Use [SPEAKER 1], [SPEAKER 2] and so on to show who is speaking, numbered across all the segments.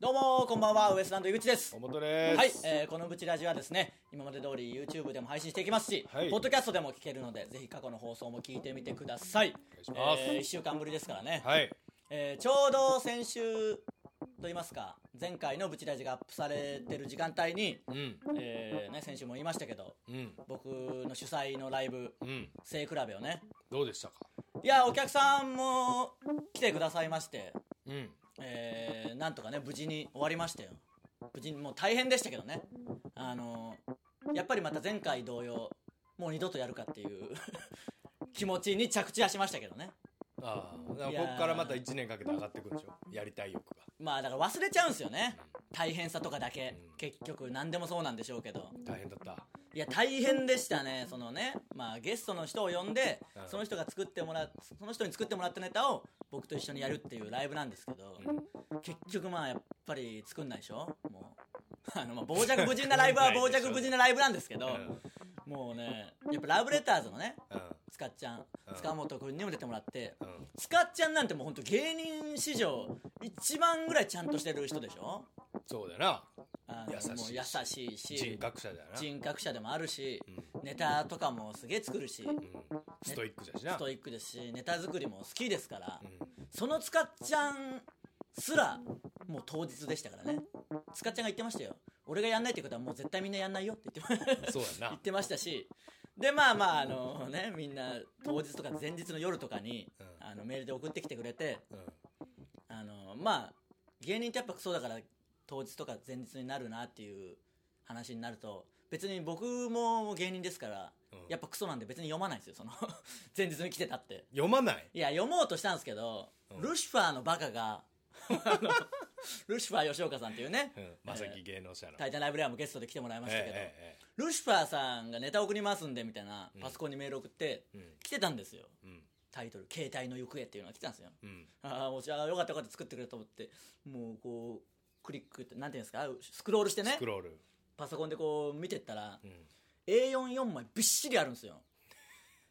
[SPEAKER 1] どうもこんばんは、ウエストランド井口です。
[SPEAKER 2] お
[SPEAKER 1] は
[SPEAKER 2] もとで
[SPEAKER 1] い
[SPEAKER 2] す、。
[SPEAKER 1] えーこのブチラジはですね、今まで通り YouTube でも配信していきますし、
[SPEAKER 2] はい
[SPEAKER 1] ポッドキャストでも聞けるので、ぜひ過去の放送も聞いてみてください。
[SPEAKER 2] 願いします
[SPEAKER 1] え1週間ぶりですからね、
[SPEAKER 2] はい。
[SPEAKER 1] えーちょうど先週といいますか、前回のブチラジがアップされてる時間帯に、
[SPEAKER 2] うん。
[SPEAKER 1] えーね、先週も言いましたけど、
[SPEAKER 2] うん。
[SPEAKER 1] 僕の主催のライブ、
[SPEAKER 2] うん。
[SPEAKER 1] 性比べをね、
[SPEAKER 2] どうでしたか
[SPEAKER 1] いや、お客さんも来てくださいまして、
[SPEAKER 2] うん。
[SPEAKER 1] えーなんとかね無事に終わりましたよ無事にもう大変でしたけどねあのーやっぱりまた前回同様もう二度とやるかっていう 気持ちに着地はしましたけどね
[SPEAKER 2] ああ。だか
[SPEAKER 1] い
[SPEAKER 2] ら
[SPEAKER 1] や
[SPEAKER 2] こ
[SPEAKER 1] ー
[SPEAKER 2] こからまた1年かけて上がっていくんでしょやりたい欲が。
[SPEAKER 1] まあだから忘れちゃうんですよね大変さとかだけ結局何でもそうなんでしょうけど
[SPEAKER 2] 大変だった。
[SPEAKER 1] いや大変でしたねそのねまあゲストの人を呼んで
[SPEAKER 2] うん
[SPEAKER 1] その人が作ってもらその人に作ってもらったネタを僕と一緒にやるっていうライブなんですけど、結局まあやっぱり作んないでしょもう あのまあ傍若無人なライブは傍若無人なライブなんですけど、
[SPEAKER 2] うん
[SPEAKER 1] もうねやっぱラブレターズのね
[SPEAKER 2] うん。
[SPEAKER 1] つかっちゃん
[SPEAKER 2] うん
[SPEAKER 1] 塚本君にも出てもらって
[SPEAKER 2] うん。
[SPEAKER 1] つかっちゃんなんてもうほんと芸人史上一番ぐらいちゃんとしてる人でしょ
[SPEAKER 2] そうだな。
[SPEAKER 1] あの
[SPEAKER 2] 優しいし
[SPEAKER 1] もう優しいし
[SPEAKER 2] 人格者だよな。
[SPEAKER 1] 人格者でもあるし、
[SPEAKER 2] う
[SPEAKER 1] ネタとかもすげえ作るし、
[SPEAKER 2] うん。ストイックだしな。
[SPEAKER 1] ストイックですしネタ作りも好きですから、
[SPEAKER 2] うん。
[SPEAKER 1] そのつかっちゃんすらもう当日でしたからねつかっちゃんが言ってましたよ俺がやんないってことはもう絶対みんなやんないよって言ってま
[SPEAKER 2] そうや
[SPEAKER 1] 言っ
[SPEAKER 2] な。
[SPEAKER 1] てましたしでまあまああのねみんな当日とか前日の夜とかに、
[SPEAKER 2] うん
[SPEAKER 1] あのメールで送ってきてくれて
[SPEAKER 2] うん。
[SPEAKER 1] あのまあ芸人ってやっぱそうだから当日とか前日になるなっていう話になると別に僕も芸人ですから、
[SPEAKER 2] うん
[SPEAKER 1] やっぱクソなんで別に読まないんですよその 前日に来てたって
[SPEAKER 2] 読まない。
[SPEAKER 1] いや読もうとしたんですけど、
[SPEAKER 2] うん
[SPEAKER 1] ルシファーのバカ があのルシファー吉岡さんっていうね
[SPEAKER 2] うん。まさき芸能者の。
[SPEAKER 1] 「
[SPEAKER 2] え
[SPEAKER 1] タイタンライブレア」もゲストで来てもらいましたけど、
[SPEAKER 2] え
[SPEAKER 1] ルシファーさんがネタ送りますんでみたいなパソコンにメール送って、
[SPEAKER 2] えええ
[SPEAKER 1] 来てたんですよ
[SPEAKER 2] うん。うん。
[SPEAKER 1] タイトル「携帯の行方」っていうのが来てたんですよ
[SPEAKER 2] うん。
[SPEAKER 1] ああ、もうじゃあよかったよかった作ってくれたと思って、もうこう、クリックって、なんていうんですか、スクロールしてね
[SPEAKER 2] スク、ロール。
[SPEAKER 1] パソコンでこう見てったら
[SPEAKER 2] う、ん。
[SPEAKER 1] A44 枚びっしりあるんですよ。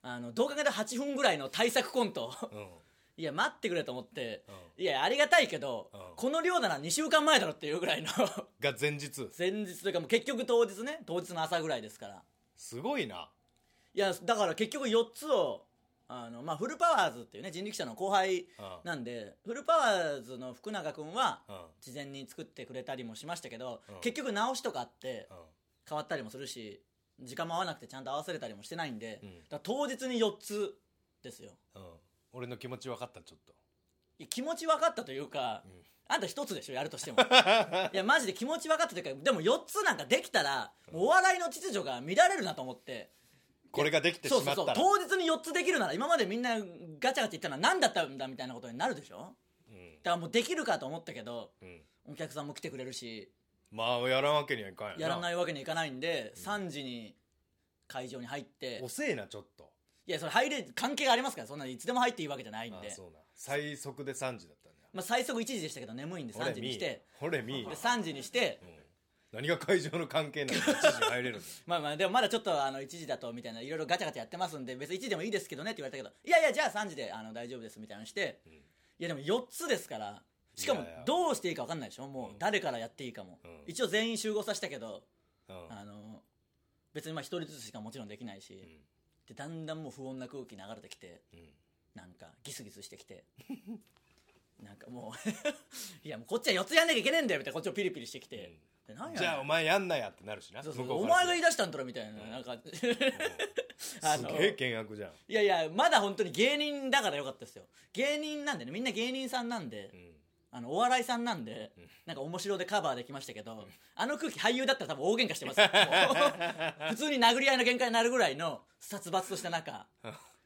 [SPEAKER 1] あの、動画で8分ぐらいの対策コント。
[SPEAKER 2] うん。
[SPEAKER 1] いや、待ってくれと思って、
[SPEAKER 2] う
[SPEAKER 1] いや、ありがたいけど
[SPEAKER 2] うん、
[SPEAKER 1] この量なら2週間前だろっていうぐらいの、
[SPEAKER 2] ん。が前日。
[SPEAKER 1] 前日というかもう結局当日ね、当日の朝ぐらいですから。
[SPEAKER 2] すごいな。
[SPEAKER 1] いや、だから結局4つを、あの、まあ、フルパワーズっていうね、人力車の後輩
[SPEAKER 2] うん。
[SPEAKER 1] なんで、フルパワーズの福永君は、
[SPEAKER 2] うん。
[SPEAKER 1] 事前に作ってくれたりもしましたけど、
[SPEAKER 2] うん
[SPEAKER 1] 結局直しとかあって
[SPEAKER 2] うん。
[SPEAKER 1] 変わったりもするし時間も合わなくてちゃんと合わせれたりもしてないんで、
[SPEAKER 2] うん
[SPEAKER 1] だから当日に4つですよ
[SPEAKER 2] うん、俺の気持ち分かったちょっと、
[SPEAKER 1] いや気持ち分かったというか、あんた1つでしょやると してもいやマジで気持ち分かったというかでも4つなんかできたら、もうお笑いの秩序が乱れるなと思って
[SPEAKER 2] これができてし
[SPEAKER 1] そうそ
[SPEAKER 2] ま
[SPEAKER 1] う
[SPEAKER 2] った
[SPEAKER 1] そう
[SPEAKER 2] ら
[SPEAKER 1] 当日に4つできるなら今までみんなガチャガチャ言ったのは何だったんだみたいなことになるでしょ
[SPEAKER 2] うん
[SPEAKER 1] だからもうできるかと思ったけど
[SPEAKER 2] うん、
[SPEAKER 1] お客さんも来てくれるし
[SPEAKER 2] まあやらんわけにはいかん
[SPEAKER 1] やらないいわけにいかないんで、3時に会場に入って、
[SPEAKER 2] 遅えなちょっと
[SPEAKER 1] いや、それ入れ、関係がありますから、そんなにいつでも入っていいわけじゃないん
[SPEAKER 2] あ
[SPEAKER 1] で。
[SPEAKER 2] そうな最速で3時だったんだよ
[SPEAKER 1] まあ、最速1時でしたけど、眠いんで3時にして、
[SPEAKER 2] 俺見い
[SPEAKER 1] で、3時にして、
[SPEAKER 2] 何が会場の関係なのに1時 入れるの
[SPEAKER 1] まあまあ、でもまだちょっと、あの、1時だと、みたいな、いろいろガチャガチャやってますんで、別に1時でもいいですけどねって言われたけど、いやいや、じゃあ3時で、あの、大丈夫です、みたいなのして、
[SPEAKER 2] うん
[SPEAKER 1] いや、でも4つですから、しかも
[SPEAKER 2] いやいや、
[SPEAKER 1] どうしていいか分かんないでしょもう
[SPEAKER 2] う、ん
[SPEAKER 1] 誰からやっていいかも。
[SPEAKER 2] うん
[SPEAKER 1] 一応全員集合させたけど、
[SPEAKER 2] うん
[SPEAKER 1] あの、別にまあ、1人ずつしかもちろんできないし、
[SPEAKER 2] うん
[SPEAKER 1] でだんだんもう不穏な空気流れてきて
[SPEAKER 2] うん
[SPEAKER 1] なんかギスギスしてきてなんかもう いやもうこっちは四つやんなきゃいけねえんだよみたいなこっちをピリピリしてきて、でなんや
[SPEAKER 2] じゃあお前やんなやってなるしな
[SPEAKER 1] そうそう
[SPEAKER 2] 向こ
[SPEAKER 1] お
[SPEAKER 2] から
[SPEAKER 1] 前が言い出したんだろみたいな、なんかあ
[SPEAKER 2] す
[SPEAKER 1] の
[SPEAKER 2] げえ険悪じゃん、
[SPEAKER 1] いやいやまだ本当に芸人だからよかったですよ芸人なんでねみんな芸人さんなんで、
[SPEAKER 2] うん
[SPEAKER 1] あのお笑いさんなんで、なんか面白でカバーできましたけど、あの空気俳優だったら多分大喧嘩して ますよもう普通に殴り合いの喧嘩になるぐらいの殺伐とした中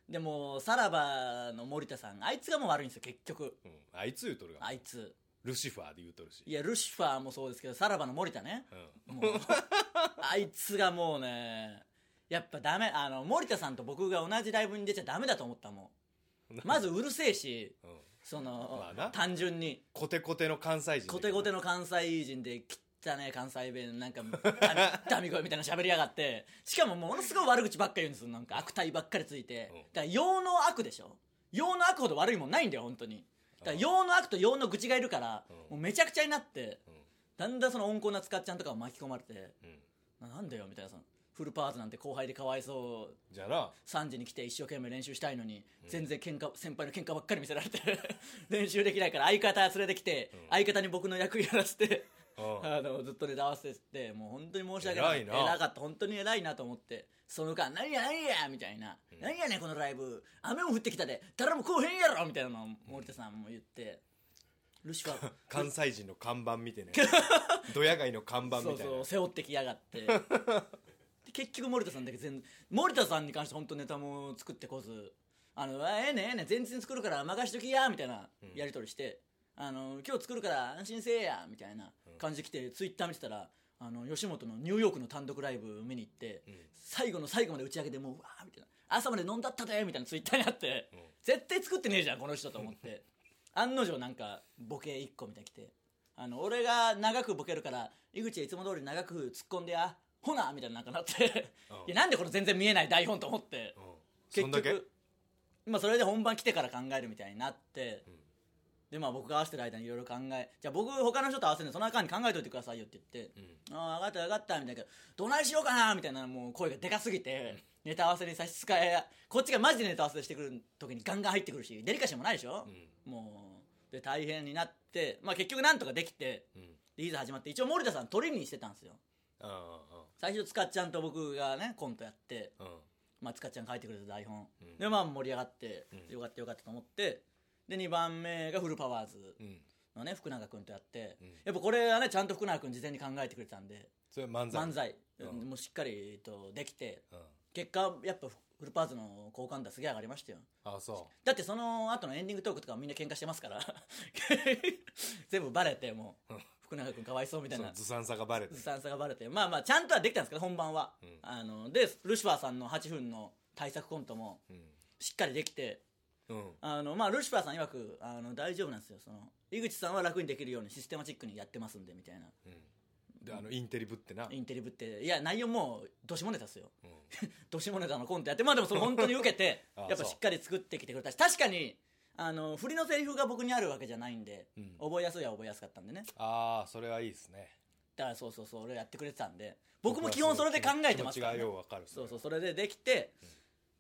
[SPEAKER 1] でもさらばの森田さんあいつがもう悪いんですよ結局
[SPEAKER 2] うん、あいつ言うとるが
[SPEAKER 1] あいつ
[SPEAKER 2] ルシファーで言うとるし
[SPEAKER 1] いやルシファーもそうですけどさらばの森田ね
[SPEAKER 2] うん
[SPEAKER 1] もう あいつがもうねやっぱダメあの森田さんと僕が同じライブに出ちゃダメだと思ったもんまずうるせえし
[SPEAKER 2] うん
[SPEAKER 1] その、
[SPEAKER 2] まあな
[SPEAKER 1] 単純に
[SPEAKER 2] コテコテの関西人
[SPEAKER 1] コテコテ
[SPEAKER 2] の
[SPEAKER 1] の関西人で汚ねえ関西弁なんかダミダ ミ声みたいなの喋りやがってしかもものすごい悪口ばっか言うんですよなんか悪態ばっかりついて
[SPEAKER 2] うん
[SPEAKER 1] だから用の悪でしょ用の悪ほど悪いもんないんだよ本当にだから用の悪と用の愚痴がいるから
[SPEAKER 2] うん
[SPEAKER 1] もうめちゃくちゃになって
[SPEAKER 2] うん
[SPEAKER 1] だんだんその温厚なつかっちゃんとかも巻き込まれて
[SPEAKER 2] うん
[SPEAKER 1] ななんだよみたいなそのフルパートなんて後輩でかわいそう
[SPEAKER 2] じゃあな
[SPEAKER 1] 3時に来て一生懸命練習したいのに、全然喧嘩先輩の喧嘩ばっかり見せられて 練習できないから相方連れてきて、相方に僕の役やらせて
[SPEAKER 2] う ん
[SPEAKER 1] あのずっとネタ合わせてもう本当に申し訳ない
[SPEAKER 2] 偉いな
[SPEAKER 1] かった本当に偉いなと思ってその間「何や何や」みたいな「何やねんこのライブ雨も降ってきたで誰も来おへんやろ」みたいなのを森田さんも言って、ルシファー
[SPEAKER 2] 関西人の看板みた いなやつドヤ街の看板みたいな
[SPEAKER 1] そうそう背負ってきやがって で結局森田さんだけ全然森田さんに関して本当ネタも作ってこず「あのあええねええね前日に作るから任しときや」みたいなやり取りして「あの今日作るから安心せえや」みたいな感じで来て、ツイッター見てたらあの吉本のニューヨークの単独ライブ見に行って、最後の最後まで打ち上げでもううわーみたいな朝まで飲んだったでみたいなツイッターにあって、絶対作ってねえじゃんこの人と思 って案の定なんかボケ1個みたいに来てあの俺が長くボケるから井口はいつも通り長く突っ込んでやほなみたいななんかなって、
[SPEAKER 2] うん
[SPEAKER 1] いやなんでこの全然見えない台本と思って、
[SPEAKER 2] うんそんだけ
[SPEAKER 1] まあそれで本番来てから考えるみたいになって、でまあ僕が合わせてる間にいろいろ考えじゃあ僕他の人と合わせるんでその間に考えといてくださいよって言って、ああ分かった分かったみたいなどないしようかなみたいなもう声がでかすぎて、ネタ合わせに差し支えこっちがマジでネタ合わせしてくる時にガンガン入ってくるしデリカシーもないでしょ、もうで大変になって、まあ、結局なんとかできて
[SPEAKER 2] うん
[SPEAKER 1] リーズ始まって一応森田さんトリにしてたんですよ
[SPEAKER 2] うん
[SPEAKER 1] 最初塚っちゃんと僕がねコントやって
[SPEAKER 2] うんうん
[SPEAKER 1] まあ、つかちゃんが書いてくれた台本、
[SPEAKER 2] ん
[SPEAKER 1] でまあ盛り上がって、
[SPEAKER 2] うん
[SPEAKER 1] よかったよかったと思ってで2番目がフルパワーズ
[SPEAKER 2] うん
[SPEAKER 1] のね福永君とやって、
[SPEAKER 2] うん
[SPEAKER 1] やっぱこれはねちゃんと福永君事前に考えてくれてたんで
[SPEAKER 2] それ漫才
[SPEAKER 1] 漫才、
[SPEAKER 2] うん
[SPEAKER 1] もうしっかりえっとできて
[SPEAKER 2] うん
[SPEAKER 1] 結果やっぱフルパワーズの好感度はすげえ上がりましたよ
[SPEAKER 2] あそ
[SPEAKER 1] だってその後のエンディングトークとかはみんな喧嘩してますから 全部バレてもう福永君かわいそうみ
[SPEAKER 2] う
[SPEAKER 1] たい
[SPEAKER 2] そ
[SPEAKER 1] な
[SPEAKER 2] のずさんさがバレて
[SPEAKER 1] ずさんさがバレてまあまあちゃんとはできたんですけど本番は、
[SPEAKER 2] うん
[SPEAKER 1] あのでルシファーさんの8分の対策コントも
[SPEAKER 2] うん
[SPEAKER 1] しっかりできて
[SPEAKER 2] うん
[SPEAKER 1] あの、まあ、ルシファーさん曰くあの大丈夫なんですよその井口さんは楽にできるようにシステマチックにやってますんでみたいな
[SPEAKER 2] うんであのインテリぶってな
[SPEAKER 1] インテリぶっていや内容もうどしもネタですよ
[SPEAKER 2] うん
[SPEAKER 1] どしもネタのコントやってまあでもそれ本当に受けて
[SPEAKER 2] ああ
[SPEAKER 1] やっぱしっかり作ってきてくれたし確かにあの振りのセリフが僕にあるわけじゃないんで、
[SPEAKER 2] うん
[SPEAKER 1] 覚えやすいは覚えやすかったんでね
[SPEAKER 2] ああそれはいいですね
[SPEAKER 1] だからそうそうそう俺やってくれてたんで僕も基本それで考えてますから、ね
[SPEAKER 2] 気持ちが、ようわかる
[SPEAKER 1] そうそうそれでできて、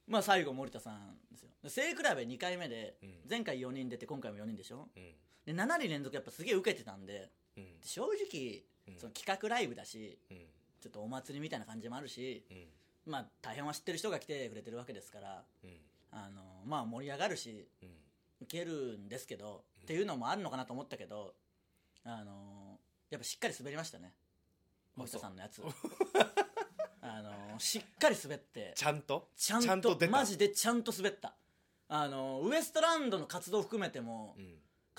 [SPEAKER 1] まあ最後森田さんですよで背比べ2回目で、
[SPEAKER 2] うん
[SPEAKER 1] 前回4人出て今回も4人でしょ
[SPEAKER 2] うん
[SPEAKER 1] で7人連続やっぱすげえ受けてたんで
[SPEAKER 2] うん
[SPEAKER 1] 正直
[SPEAKER 2] うん
[SPEAKER 1] その企画ライブだし
[SPEAKER 2] うん
[SPEAKER 1] ちょっとお祭りみたいな感じもあるし
[SPEAKER 2] うん
[SPEAKER 1] まあ大変は知ってる人が来てくれてるわけですから
[SPEAKER 2] うん
[SPEAKER 1] あのまあ盛り上がるし
[SPEAKER 2] うん
[SPEAKER 1] 受けるんですけど、っていうのもあるのかなと思ったけどあのやっぱしっかり滑りましたね森田さんのやつ あのしっかり滑って
[SPEAKER 2] ちゃんと
[SPEAKER 1] ちゃんと
[SPEAKER 2] 出た
[SPEAKER 1] マジでちゃんと滑ったあのウエストランドの活動含めても、
[SPEAKER 2] うん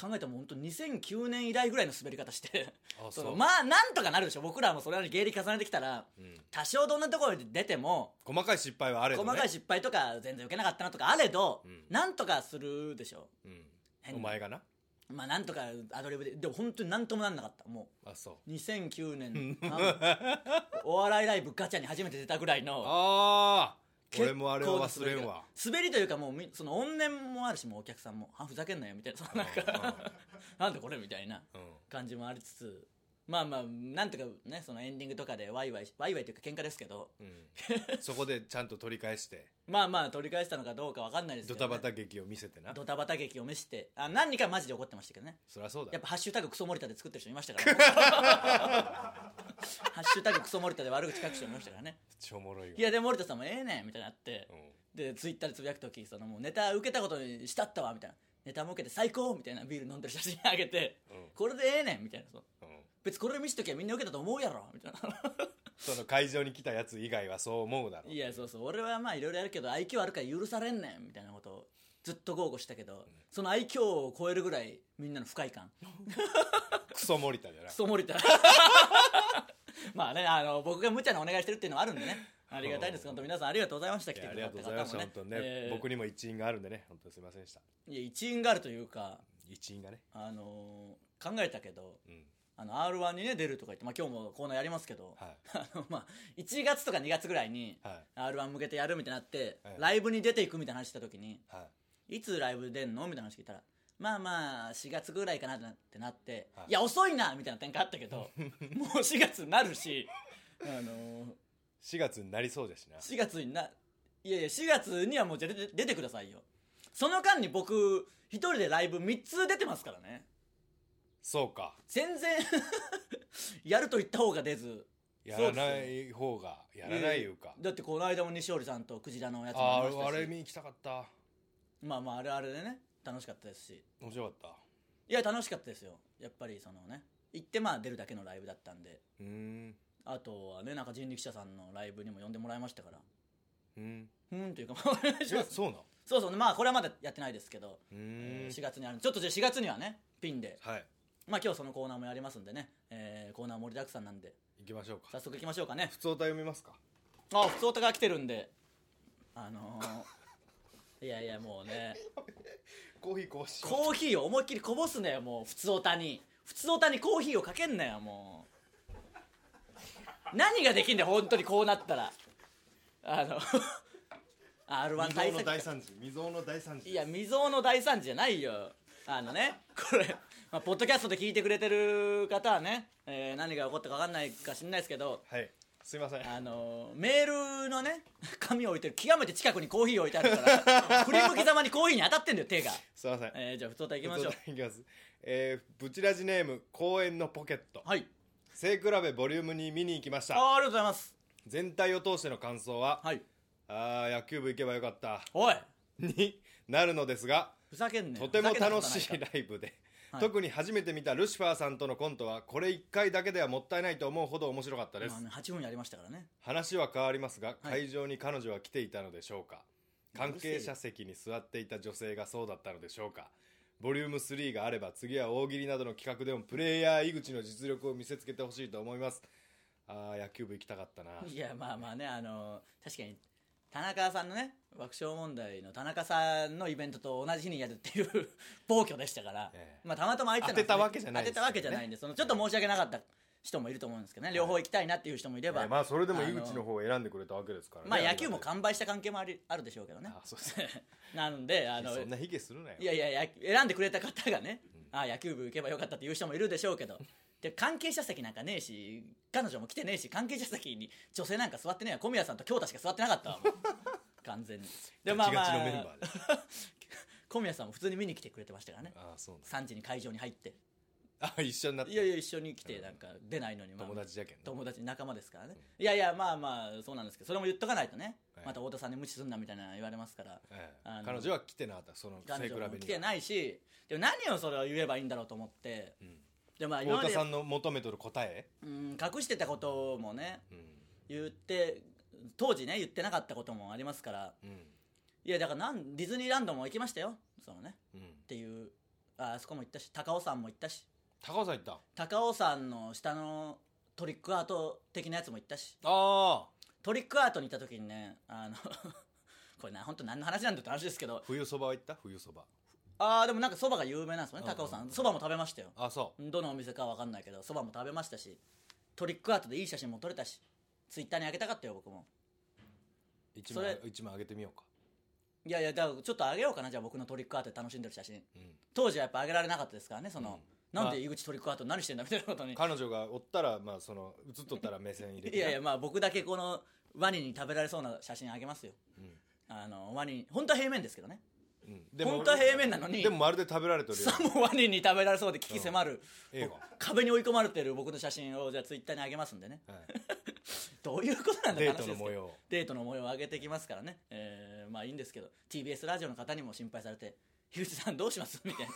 [SPEAKER 1] 考えたらもう本当2009年以来ぐらいの滑り方して
[SPEAKER 2] あ
[SPEAKER 1] そ
[SPEAKER 2] そ
[SPEAKER 1] の
[SPEAKER 2] う
[SPEAKER 1] まあなんとかなるでしょ僕らもそれなりに芸歴重ねてきたら
[SPEAKER 2] うん
[SPEAKER 1] 多少どんなところで出ても
[SPEAKER 2] 細かい失敗はあれど
[SPEAKER 1] 細
[SPEAKER 2] ね
[SPEAKER 1] かい失敗とか全然受けなかったなとかあれど、
[SPEAKER 2] うん
[SPEAKER 1] なんとかするでしょ
[SPEAKER 2] うん
[SPEAKER 1] 変
[SPEAKER 2] お
[SPEAKER 1] な
[SPEAKER 2] 前がな
[SPEAKER 1] まあなんとかアドリブででも本当になんともなんなかったも
[SPEAKER 2] あそう
[SPEAKER 1] う2009年多分お笑いライブガチャに初めて出たぐらいの
[SPEAKER 2] ああ
[SPEAKER 1] 結
[SPEAKER 2] 俺
[SPEAKER 1] 構
[SPEAKER 2] もあれは忘れんわ
[SPEAKER 1] 滑りというかもうみその怨念もあるしもうお客さんも「あふざけんなよ」みたいなその なんかなんでこれみたいな
[SPEAKER 2] うん
[SPEAKER 1] 感じもありつつまあまあなんとかねそのエンディングとかでワイワイワイワイというか喧嘩ですけど
[SPEAKER 2] うんそこでちゃんと取り返して
[SPEAKER 1] まあまあ取り返したのかどうかわかんないですけ
[SPEAKER 2] ド
[SPEAKER 1] ど、ね、
[SPEAKER 2] タバタ劇を見せてな
[SPEAKER 1] ドタバタ劇を見してあ何人かマジで怒ってましたけどね
[SPEAKER 2] そりゃそう
[SPEAKER 1] や
[SPEAKER 2] だ
[SPEAKER 1] っぱ「ハッシュタグクソ森田」で作ってる人いましたから、ね、ハッシュタグクソ森田で悪口書く人いましたからね
[SPEAKER 2] ちょもろいわ
[SPEAKER 1] いやでも森田さんもええねんみたいになって
[SPEAKER 2] うん
[SPEAKER 1] でツイッターでつぶやく時そのもうネタ受けたことにしたったわみたいなネタも受けて最高みたいなビール飲んでる写真あげて、
[SPEAKER 2] うん
[SPEAKER 1] これでええねんみたいなそう
[SPEAKER 2] うん
[SPEAKER 1] 別にこれ見せときゃみんな受けたと思うやろみたいな
[SPEAKER 2] その会場に来たやつ以外はそう思うだろう
[SPEAKER 1] いやそうそう俺はまあいろいろやるけど愛嬌あるから許されんねんみたいなことをずっと豪語したけど、その愛嬌を超えるぐらいみんなの不快感
[SPEAKER 2] クソ森田じゃな
[SPEAKER 1] クソ森田 まあねあの僕が無茶なお願いしてるっていうのはあるんでねありがたいです本当皆さんありがとうございました来
[SPEAKER 2] い
[SPEAKER 1] て
[SPEAKER 2] やあ
[SPEAKER 1] く
[SPEAKER 2] り
[SPEAKER 1] ださ
[SPEAKER 2] が
[SPEAKER 1] った
[SPEAKER 2] とうございまし
[SPEAKER 1] 方
[SPEAKER 2] た
[SPEAKER 1] もね
[SPEAKER 2] 本当にね、
[SPEAKER 1] えー
[SPEAKER 2] 僕にも一因があるんでね本当にすいませんでした
[SPEAKER 1] いや一因があるというか
[SPEAKER 2] 一因がね
[SPEAKER 1] あの考えたけど
[SPEAKER 2] うん
[SPEAKER 1] あの r 1にね出るとか言って、まあ、今日もコーナーやりますけど、
[SPEAKER 2] はい
[SPEAKER 1] あのまあ、1月とか2月ぐらいに
[SPEAKER 2] はい
[SPEAKER 1] r 1向けてやるみたいになって、
[SPEAKER 2] はい
[SPEAKER 1] ライブに出ていくみたいな話した時に、
[SPEAKER 2] はい
[SPEAKER 1] いつライブ出んのみたいな話聞いたらまあまあ4月ぐらいかなってなって、
[SPEAKER 2] はい
[SPEAKER 1] い、や遅いなみたいな展開あったけ どもう4月になるし、あのー
[SPEAKER 2] 4月になりそうですしな
[SPEAKER 1] 4月にないやいや4月にはもう出て出てくださいよその間に僕一人でライブ3つ出てますからね
[SPEAKER 2] そうか
[SPEAKER 1] 全然 やると言った方が出ず
[SPEAKER 2] やらない方がやらないいうか
[SPEAKER 1] だってこの間も西織さんとクジラのやつも
[SPEAKER 2] あ
[SPEAKER 1] り
[SPEAKER 2] ー
[SPEAKER 1] ま
[SPEAKER 2] あ
[SPEAKER 1] したし
[SPEAKER 2] れ見に行きたかった
[SPEAKER 1] まあまああれあれでね楽しかったですし
[SPEAKER 2] 面白かった
[SPEAKER 1] いや楽しかったですよやっぱりそのね行ってまあ出るだけのライブだったんで
[SPEAKER 2] うーん
[SPEAKER 1] あとはねなんか人力車さんのライブにも呼んでもらいましたから
[SPEAKER 2] うん
[SPEAKER 1] ふーんというかまあお願いしま
[SPEAKER 2] え
[SPEAKER 1] す
[SPEAKER 2] そうなの
[SPEAKER 1] そうそうまあこれはまだやってないですけど、
[SPEAKER 2] う
[SPEAKER 1] えー
[SPEAKER 2] ー
[SPEAKER 1] 4
[SPEAKER 2] ん
[SPEAKER 1] 月にあるちょっとじゃあ4月にはねピンで
[SPEAKER 2] はい
[SPEAKER 1] まあ今日そのコーナーもやりますんでね、えーコーナー盛りだくさんなんで
[SPEAKER 2] 行きましょうか
[SPEAKER 1] 早速行きましょうかね
[SPEAKER 2] 普通歌読みますか
[SPEAKER 1] あ普通歌が来てるんであのーいやいやもうね
[SPEAKER 2] コーヒーこうし
[SPEAKER 1] コーヒーを思いっきりこぼすなよもう普通おたに普通おたにコーヒーをかけんなよもう何ができんだよ本当にこうなったらあの R1
[SPEAKER 2] 未
[SPEAKER 1] 対策
[SPEAKER 2] 曾有の大惨事未曾有の大惨事
[SPEAKER 1] いや未曾有の大惨事じゃないよあのねこれ、まあ、ポッドキャストで聞いてくれてる方はね、えー何が起こったか分かんないか知んないですけど
[SPEAKER 2] はいすいません
[SPEAKER 1] あのメールのね紙を置いてる極めて近くにコーヒー置いてあるから振り向きざまにコーヒーに当たってんだよ手が、
[SPEAKER 2] すいません
[SPEAKER 1] えーじゃあ太田いきま
[SPEAKER 2] 普
[SPEAKER 1] し
[SPEAKER 2] 通
[SPEAKER 1] ょう
[SPEAKER 2] 歌いきますえーブチラジネーム公園のポケット
[SPEAKER 1] はい
[SPEAKER 2] 背比べボリュームに見に行きまし
[SPEAKER 1] あ
[SPEAKER 2] た
[SPEAKER 1] ーありがとうございます
[SPEAKER 2] 全体を通しての感想は
[SPEAKER 1] はい
[SPEAKER 2] あー野球部行けばよかった
[SPEAKER 1] おい
[SPEAKER 2] になるのですが
[SPEAKER 1] ふざけんね
[SPEAKER 2] とても楽しい
[SPEAKER 1] な
[SPEAKER 2] ライブで、
[SPEAKER 1] はい
[SPEAKER 2] 特に初めて見たルシファーさんとのコントはこれ1回だけではもったいないと思うほど面白かったです、
[SPEAKER 1] まあね、8分やりましたからね
[SPEAKER 2] 話は変わりますが
[SPEAKER 1] はい
[SPEAKER 2] 会場に彼女は来ていたのでしょうか、関係者席に座っていた女性がそうだったのでしょうかボリューム3があれば次は大喜利などの企画でもプレイヤー井口の実力を見せつけてほしいと思いますあー野球部行きたかったない
[SPEAKER 1] やまあまあねあの確かに田中さんのね爆笑問題の田中さんのイベントと同じ日にやるっていう暴挙でしたから、
[SPEAKER 2] ええ
[SPEAKER 1] まあたまたま空いてたのは
[SPEAKER 2] 当てたわけじゃな
[SPEAKER 1] 当
[SPEAKER 2] いです
[SPEAKER 1] て
[SPEAKER 2] よね
[SPEAKER 1] たわけじゃないんでそのちょっと申し訳なかった人もいると思うんですけどね両方行きたいなっていう人もいれば、
[SPEAKER 2] えーまあそれでも井口の方を選んでくれたわけですからね
[SPEAKER 1] まあ野球も
[SPEAKER 2] か
[SPEAKER 1] 完売した関係もありあるでしょうけどね
[SPEAKER 2] あそうですね
[SPEAKER 1] なんであの
[SPEAKER 2] そんな卑下するなよ
[SPEAKER 1] いやいやいや選んでくれた方がね、ああ野球部行けばよかったっていう人もいるでしょうけ どで関係者席なんかねえし彼女も来てねえし関係者席に女性なんか座ってねえわ小宮さんと京太しか座ってなかったわもう 完全にで
[SPEAKER 2] ガチガチのメンバーで
[SPEAKER 1] 小宮さんも普通に見に来てくれてましたからね
[SPEAKER 2] ああそう
[SPEAKER 1] 3時に会場に入って
[SPEAKER 2] なんあ一緒になって
[SPEAKER 1] いやいや一緒に来てなんか出ないのに、まあ
[SPEAKER 2] 友達じゃけんな
[SPEAKER 1] 友達仲間ですからね、いやいやまあまあそうなんですけどそれも言っとかないとね、
[SPEAKER 2] はい
[SPEAKER 1] また太田さんに無視すんなみたいな言われますから
[SPEAKER 2] ええ
[SPEAKER 1] あの
[SPEAKER 2] 彼女は来てなかったその背
[SPEAKER 1] 彼
[SPEAKER 2] 比
[SPEAKER 1] 女も
[SPEAKER 2] べ
[SPEAKER 1] 来
[SPEAKER 2] に
[SPEAKER 1] て
[SPEAKER 2] は
[SPEAKER 1] ないしでも何をそれを言えばいいんだろうと思って、
[SPEAKER 2] ん
[SPEAKER 1] でまあ今
[SPEAKER 2] 太
[SPEAKER 1] ま
[SPEAKER 2] 田
[SPEAKER 1] で
[SPEAKER 2] さんの求めとる答え、
[SPEAKER 1] うん隠してたこともね
[SPEAKER 2] うん
[SPEAKER 1] 言って当時ね言ってなかったこともありますから
[SPEAKER 2] うん
[SPEAKER 1] いやだからなんディズニーランドも行きましたよそのね
[SPEAKER 2] うん
[SPEAKER 1] っていうああそこも行ったし高尾山も行ったし
[SPEAKER 2] 高尾さん行ったあ
[SPEAKER 1] 高尾山の下のトリックアート的なやつも行ったし
[SPEAKER 2] あ
[SPEAKER 1] トリックアートに行った時にねあの これな本当何の話なんだって話ですけど
[SPEAKER 2] 冬そばは行った冬そば
[SPEAKER 1] ああでもなんかそばが有名なんですよね
[SPEAKER 2] うんうん
[SPEAKER 1] 高尾山そばも食べましたよ
[SPEAKER 2] あそう
[SPEAKER 1] どのお店かは分かんないけどそばも食べましたしトリックアートでいい写真も撮れたしツイッターにあげたかったよ僕も
[SPEAKER 2] 一枚
[SPEAKER 1] そ
[SPEAKER 2] 一枚あげてみようか
[SPEAKER 1] いやいやだからちょっとあげようかなじゃあ僕のトリックアートで楽しんでる写真
[SPEAKER 2] うん
[SPEAKER 1] 当時はやっぱあげられなかったですからねその、
[SPEAKER 2] うん
[SPEAKER 1] なんで井口トリックアート何してんだみたいなことに
[SPEAKER 2] 彼女がおったらまあその映っとったら目線入れて
[SPEAKER 1] いやいやまあ僕だけこのワニに食べられそうな写真あげますよ
[SPEAKER 2] うん
[SPEAKER 1] あのワニ本当は平面ですけどね
[SPEAKER 2] うん
[SPEAKER 1] 本当は平面なのに
[SPEAKER 2] でもまるで食べられてるよ
[SPEAKER 1] さもワニに食べられそうで危機迫る、
[SPEAKER 2] 映
[SPEAKER 1] 壁に追い込まれてる僕の写真をじゃあツイッターにあげますんでね
[SPEAKER 2] 画、はい
[SPEAKER 1] どういうこと なんだ
[SPEAKER 2] デー
[SPEAKER 1] って話で
[SPEAKER 2] トの
[SPEAKER 1] すけ
[SPEAKER 2] 模
[SPEAKER 1] ど
[SPEAKER 2] 様を
[SPEAKER 1] デートの模様を上げてきますからね、えーまあいいんですけど TBS ラジオの方にも心配されて「樋口さんどうします?」み たいな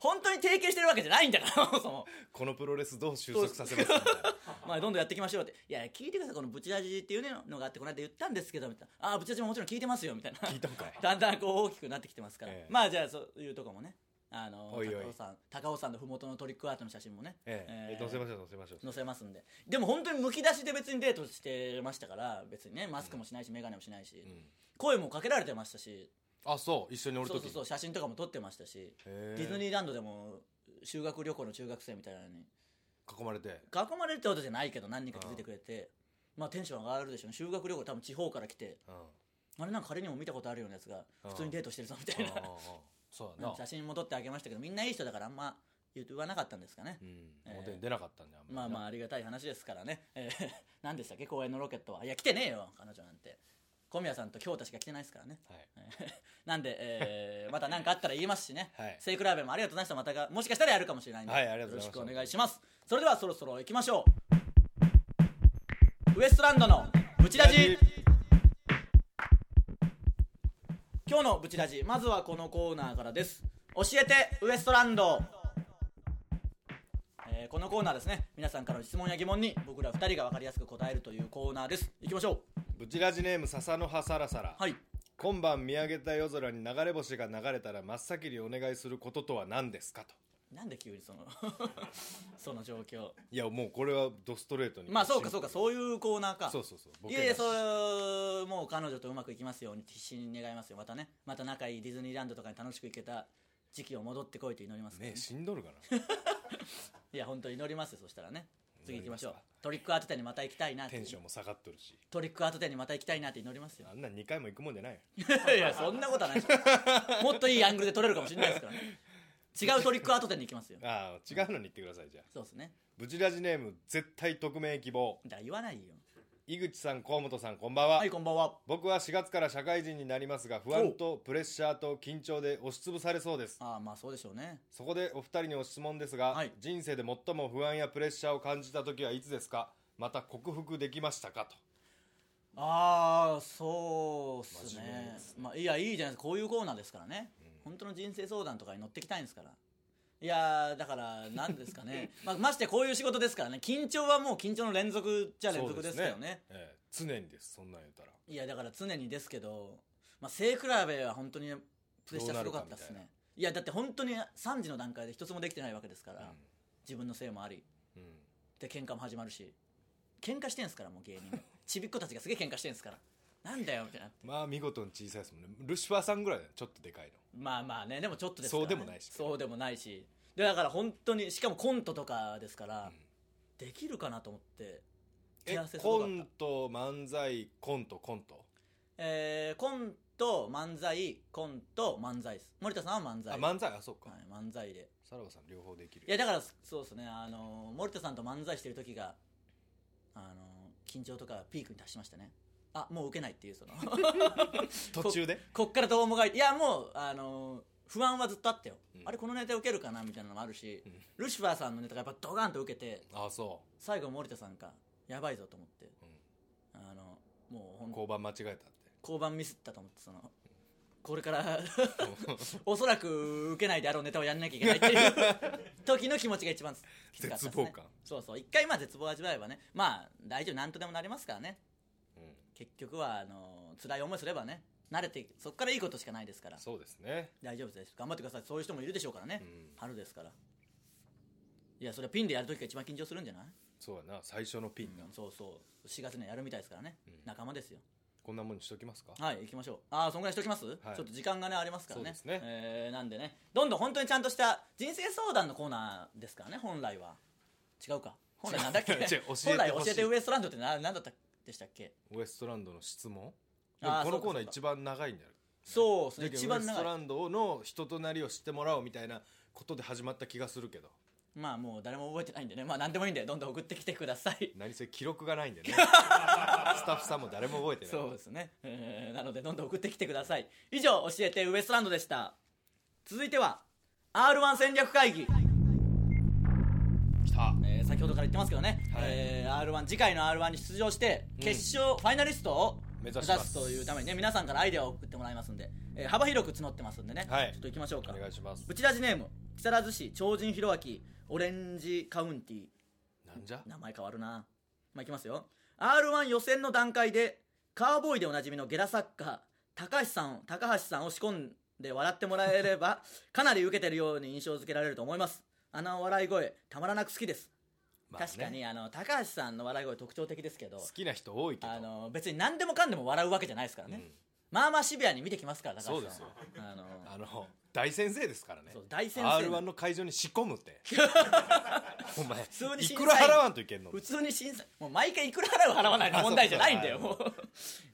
[SPEAKER 1] 本当に提携してるわけじゃないんだからそ もそも、
[SPEAKER 2] このプロレスどう収束させますかみたいな
[SPEAKER 1] まあ、どんどんやっていきましょうって「いや聞いてくださいこのブチラジっていうのがあってこの間言ったんですけど」みたいな「ああブチラジももちろん聞いてますよ」みたいな
[SPEAKER 2] 聞いたんかい
[SPEAKER 1] だんだんこう大きくなってきてますから、
[SPEAKER 2] ええ
[SPEAKER 1] まあじゃあそういうとこもねあの
[SPEAKER 2] おいおい
[SPEAKER 1] 高尾さん高尾さんの麓のトリックアートの写真もね、
[SPEAKER 2] ええ
[SPEAKER 1] えー
[SPEAKER 2] 乗せましょう乗せましょう
[SPEAKER 1] 載せますんででも本当にむき出しで別にデートしてましたから別にねマスクもしないし眼鏡もしないし、
[SPEAKER 2] うん
[SPEAKER 1] 声もかけられてましたし
[SPEAKER 2] あそう一緒におる
[SPEAKER 1] そう
[SPEAKER 2] と
[SPEAKER 1] そ
[SPEAKER 2] き
[SPEAKER 1] うそう写真とかも撮ってましたしデ
[SPEAKER 2] デ
[SPEAKER 1] ィズニーランドでも修学旅行の中学生みたいなのに
[SPEAKER 2] 囲まれて
[SPEAKER 1] 囲まれるってことじゃないけど何人か出てくれてまあテンション上がるでしょうね修学旅行多分地方から来て
[SPEAKER 2] うん
[SPEAKER 1] あれなんか彼にも見たことあるようなやつが
[SPEAKER 2] うん
[SPEAKER 1] 普通にデートしてるぞみた
[SPEAKER 2] う
[SPEAKER 1] い
[SPEAKER 2] んう ん
[SPEAKER 1] な
[SPEAKER 2] うんそう
[SPEAKER 1] う
[SPEAKER 2] や
[SPEAKER 1] ん
[SPEAKER 2] な
[SPEAKER 1] 写真も撮ってあげましたけどみんないい人だからあんま言う言わなかったんですかね
[SPEAKER 2] う、ん
[SPEAKER 1] えー
[SPEAKER 2] 表に出なかったんだよ
[SPEAKER 1] まあまあありがたい話ですからね、えー 何でしたっけ公演のロケットはいや来てねえよ彼女なんて小宮さんと京太しか来てないですからね
[SPEAKER 2] あはい
[SPEAKER 1] えーなんで、えーまた何かあったら言いますしね、
[SPEAKER 2] はい
[SPEAKER 1] セイクラーベもありがとうございましたまたがもしかしたらやるかもしれないんで、
[SPEAKER 2] はいありがとうございます
[SPEAKER 1] よろしくお願いしますそれではそろそろ行きましょうウエストランドのブチラジ今日のブチラジまずはこのコーナーからです教えてウエストランドえーこのコーナーですね皆さんからの質問や疑問に僕ら2人が分かりやすく答えるというコーナーですいきましょう
[SPEAKER 2] ブチラジネーム笹の葉サラサラ
[SPEAKER 1] はい
[SPEAKER 2] 今晩見上げた夜空に流れ星が流れたら真っ先にお願いすることとは何ですかと
[SPEAKER 1] なんで急にその その状況
[SPEAKER 2] いやもうこれはドストレートに
[SPEAKER 1] まあそうかそうか
[SPEAKER 2] う
[SPEAKER 1] そういうコーナーか
[SPEAKER 2] そうそうそうボ
[SPEAKER 1] い
[SPEAKER 2] ケ
[SPEAKER 1] やいやそうれもう彼女とうまくいきますように必死に願いますよまたねまた仲いいディズニーランドとかに楽しく行けた時期を戻ってこいと祈りますけど
[SPEAKER 2] ね
[SPEAKER 1] ね
[SPEAKER 2] え死んどるかない
[SPEAKER 1] や本当に祈りますよそしたらね次行きましょう
[SPEAKER 2] 祈ります
[SPEAKER 1] トリックアート店にまた行きたいなって
[SPEAKER 2] テンションも下がっとるし
[SPEAKER 1] トリックアート店にまた行きたいなって祈りますよ
[SPEAKER 2] あんなん2回も行くもんじゃないよ
[SPEAKER 1] いやそんなことはないでしょもっといいアングルで撮れるかもしれないですからね違うトリックアート店に行きますよ
[SPEAKER 2] ああ違うのに言ってくださいじゃあ
[SPEAKER 1] そうですね
[SPEAKER 2] ブチラジネーム絶対匿名希望
[SPEAKER 1] だから言わないよ
[SPEAKER 2] 井口さん河本さんこんばんは、
[SPEAKER 1] はいこんばんは
[SPEAKER 2] 僕は4月から社会人になりますが不安とプレッシャーと緊張で押しつぶされそうです
[SPEAKER 1] ああまあそうでしょうね
[SPEAKER 2] そこでお二人にお質問ですが、
[SPEAKER 1] はい
[SPEAKER 2] 人生で最も不安やプレッシャーを感じた時はいつですかまた克服できましたかと
[SPEAKER 1] ああそうっす
[SPEAKER 2] 真面目
[SPEAKER 1] ね
[SPEAKER 2] です
[SPEAKER 1] まあ、いやいいじゃないですかこういうコーナーですからね、本当の人生相談とかに乗ってきたいんですからいやーだから何ですか ね、まあ、ましてこういう仕事ですからね緊張はもう緊張の連続じゃ連続ですけど
[SPEAKER 2] そう
[SPEAKER 1] ね
[SPEAKER 2] ええ常にですそんなん言うたら
[SPEAKER 1] いやだから常にですけど、まあ、背比べは本当にプレッシャーすごかったです
[SPEAKER 2] どうなる
[SPEAKER 1] ねいやだって本当に3時の段階で一つもできてないわけですから、自分のせいもあり
[SPEAKER 2] うん、うん
[SPEAKER 1] で喧嘩も始まるし喧嘩してんすからもう芸 人がちびっ子たちがすげえ喧嘩してんすからなんだよみたいな
[SPEAKER 2] まあ見事に小さいですもんねルシファーさんぐらいだよちょっとでかいの
[SPEAKER 1] まあまあねでもちょっとですから、ね、
[SPEAKER 2] そうでもないし
[SPEAKER 1] そうでもないしでだから本当にしかもコントとかですから、できるかなと思って手
[SPEAKER 2] え
[SPEAKER 1] 合わせすごか
[SPEAKER 2] コ
[SPEAKER 1] った
[SPEAKER 2] ント漫才コントコント、
[SPEAKER 1] えーコント漫才コント漫才です森田さんは漫才
[SPEAKER 2] あ漫才あそうか、
[SPEAKER 1] はい、漫才で
[SPEAKER 2] さらばさん両方できる
[SPEAKER 1] いやだからそうですねあの森田さんと漫才してる時があの緊張とかピークに達しましたねあもう受けないっていうその
[SPEAKER 2] 途中で
[SPEAKER 1] こっからどうもがいいやもうあの不安はずっとあったよ、
[SPEAKER 2] うん
[SPEAKER 1] あれこのネタ受けるかなみたいなのもあるし、
[SPEAKER 2] うん
[SPEAKER 1] ルシファーさんのネタがやっぱドガンと受けて
[SPEAKER 2] あそ
[SPEAKER 1] 最後森田さんかやばいぞと思って、
[SPEAKER 2] うん
[SPEAKER 1] あのもうほ
[SPEAKER 2] うん交番間違え
[SPEAKER 1] 交番ミスったと思ってそのこれから
[SPEAKER 2] たって
[SPEAKER 1] おそらく受けないであろうネタをやんなきゃいけないっていう時の気持ちが一番きつかったです、ね、
[SPEAKER 2] 絶望感
[SPEAKER 1] そうそう一回まあ絶望を味わえばねまあ大丈夫なんとでもなりますからね
[SPEAKER 2] うん
[SPEAKER 1] 結局はあの辛い思いすればね慣れてそっからいいことしかないですから
[SPEAKER 2] そうですね
[SPEAKER 1] 大丈夫です頑張ってくださいそういう人もいるでしょうからね、
[SPEAKER 2] うん
[SPEAKER 1] 春ですからいやそれはピンでやるときが一番緊張するんじゃない、
[SPEAKER 2] そうやな最初のピンな、
[SPEAKER 1] うんそうそう4月にはやるみたいですからね、
[SPEAKER 2] うん
[SPEAKER 1] 仲間ですよ
[SPEAKER 2] こんなもんにしときますか
[SPEAKER 1] はい行きましょうああそんぐらいしときます、
[SPEAKER 2] い
[SPEAKER 1] ちょっと時間がねありますからね
[SPEAKER 2] そうですね
[SPEAKER 1] えーなんでねどんどん本当にちゃんとした人生相談のコーナーですからね本来は違うか本来なんだっけ
[SPEAKER 2] 違う教えてほしい
[SPEAKER 1] 本来教えてウエストランドってな何だったでしたっけ
[SPEAKER 2] ウエストランドの質問で
[SPEAKER 1] あー
[SPEAKER 2] もこ
[SPEAKER 1] そう
[SPEAKER 2] の
[SPEAKER 1] か
[SPEAKER 2] コーナー
[SPEAKER 1] そうか
[SPEAKER 2] 一番長いんだよ
[SPEAKER 1] そうですね
[SPEAKER 2] だけど
[SPEAKER 1] 一
[SPEAKER 2] ウエ
[SPEAKER 1] 番
[SPEAKER 2] スト
[SPEAKER 1] 長い
[SPEAKER 2] ランドの人となりを知ってもらおうみたいなことで始まった気がするけど
[SPEAKER 1] まあもう誰も覚えてないんでねまあ何でもいいんでどんどん送ってきてください
[SPEAKER 2] 何せ記録がな いんだよねスタッフさんも誰も覚えてない
[SPEAKER 1] そうですね、えーなのでどんどん送ってきてください以上教えてウエストランドでした続いては r 1戦略会議、
[SPEAKER 2] 来た
[SPEAKER 1] えー先ほどから言ってますけどね、
[SPEAKER 2] はい
[SPEAKER 1] え r 1次回の r 1に出場して
[SPEAKER 2] うん
[SPEAKER 1] 決勝、ファイナリストを目
[SPEAKER 2] 目指
[SPEAKER 1] 指
[SPEAKER 2] します
[SPEAKER 1] すというためにね皆さんからアイデアを送ってもらいますんで、えー幅広く募ってますんでね、
[SPEAKER 2] はい
[SPEAKER 1] ちょっと行きましょうか
[SPEAKER 2] お願いします
[SPEAKER 1] ブチラジネーム木更津市超人弘明オレンジカウンティ
[SPEAKER 2] なんじゃ
[SPEAKER 1] 名前変わるなまあいきますよ r 1予選の段階でカーボーイでおなじみのゲラ作家高橋さん高橋さんを仕込んで笑ってもらえれば かなり受けてるように印象付けられると思いますあの笑い声たまらなく好きです、
[SPEAKER 2] まあね
[SPEAKER 1] 確かにあの高橋さんの笑い声特徴的ですけど
[SPEAKER 2] 好きな人多いけど
[SPEAKER 1] あの別に何でもかんでも笑うわけじゃないですからね、まあまあシビアに見てきますから高橋さん
[SPEAKER 2] そうですよ
[SPEAKER 1] あの
[SPEAKER 2] あの大先生ですからね
[SPEAKER 1] そう大先生
[SPEAKER 2] r 1の会場に仕込むって お前
[SPEAKER 1] 通に
[SPEAKER 2] い
[SPEAKER 1] 審査員
[SPEAKER 2] くら払わんといけんの
[SPEAKER 1] 普通に審査もう毎回いくら払う払わないの問題じゃないんだよ
[SPEAKER 2] あそう
[SPEAKER 1] も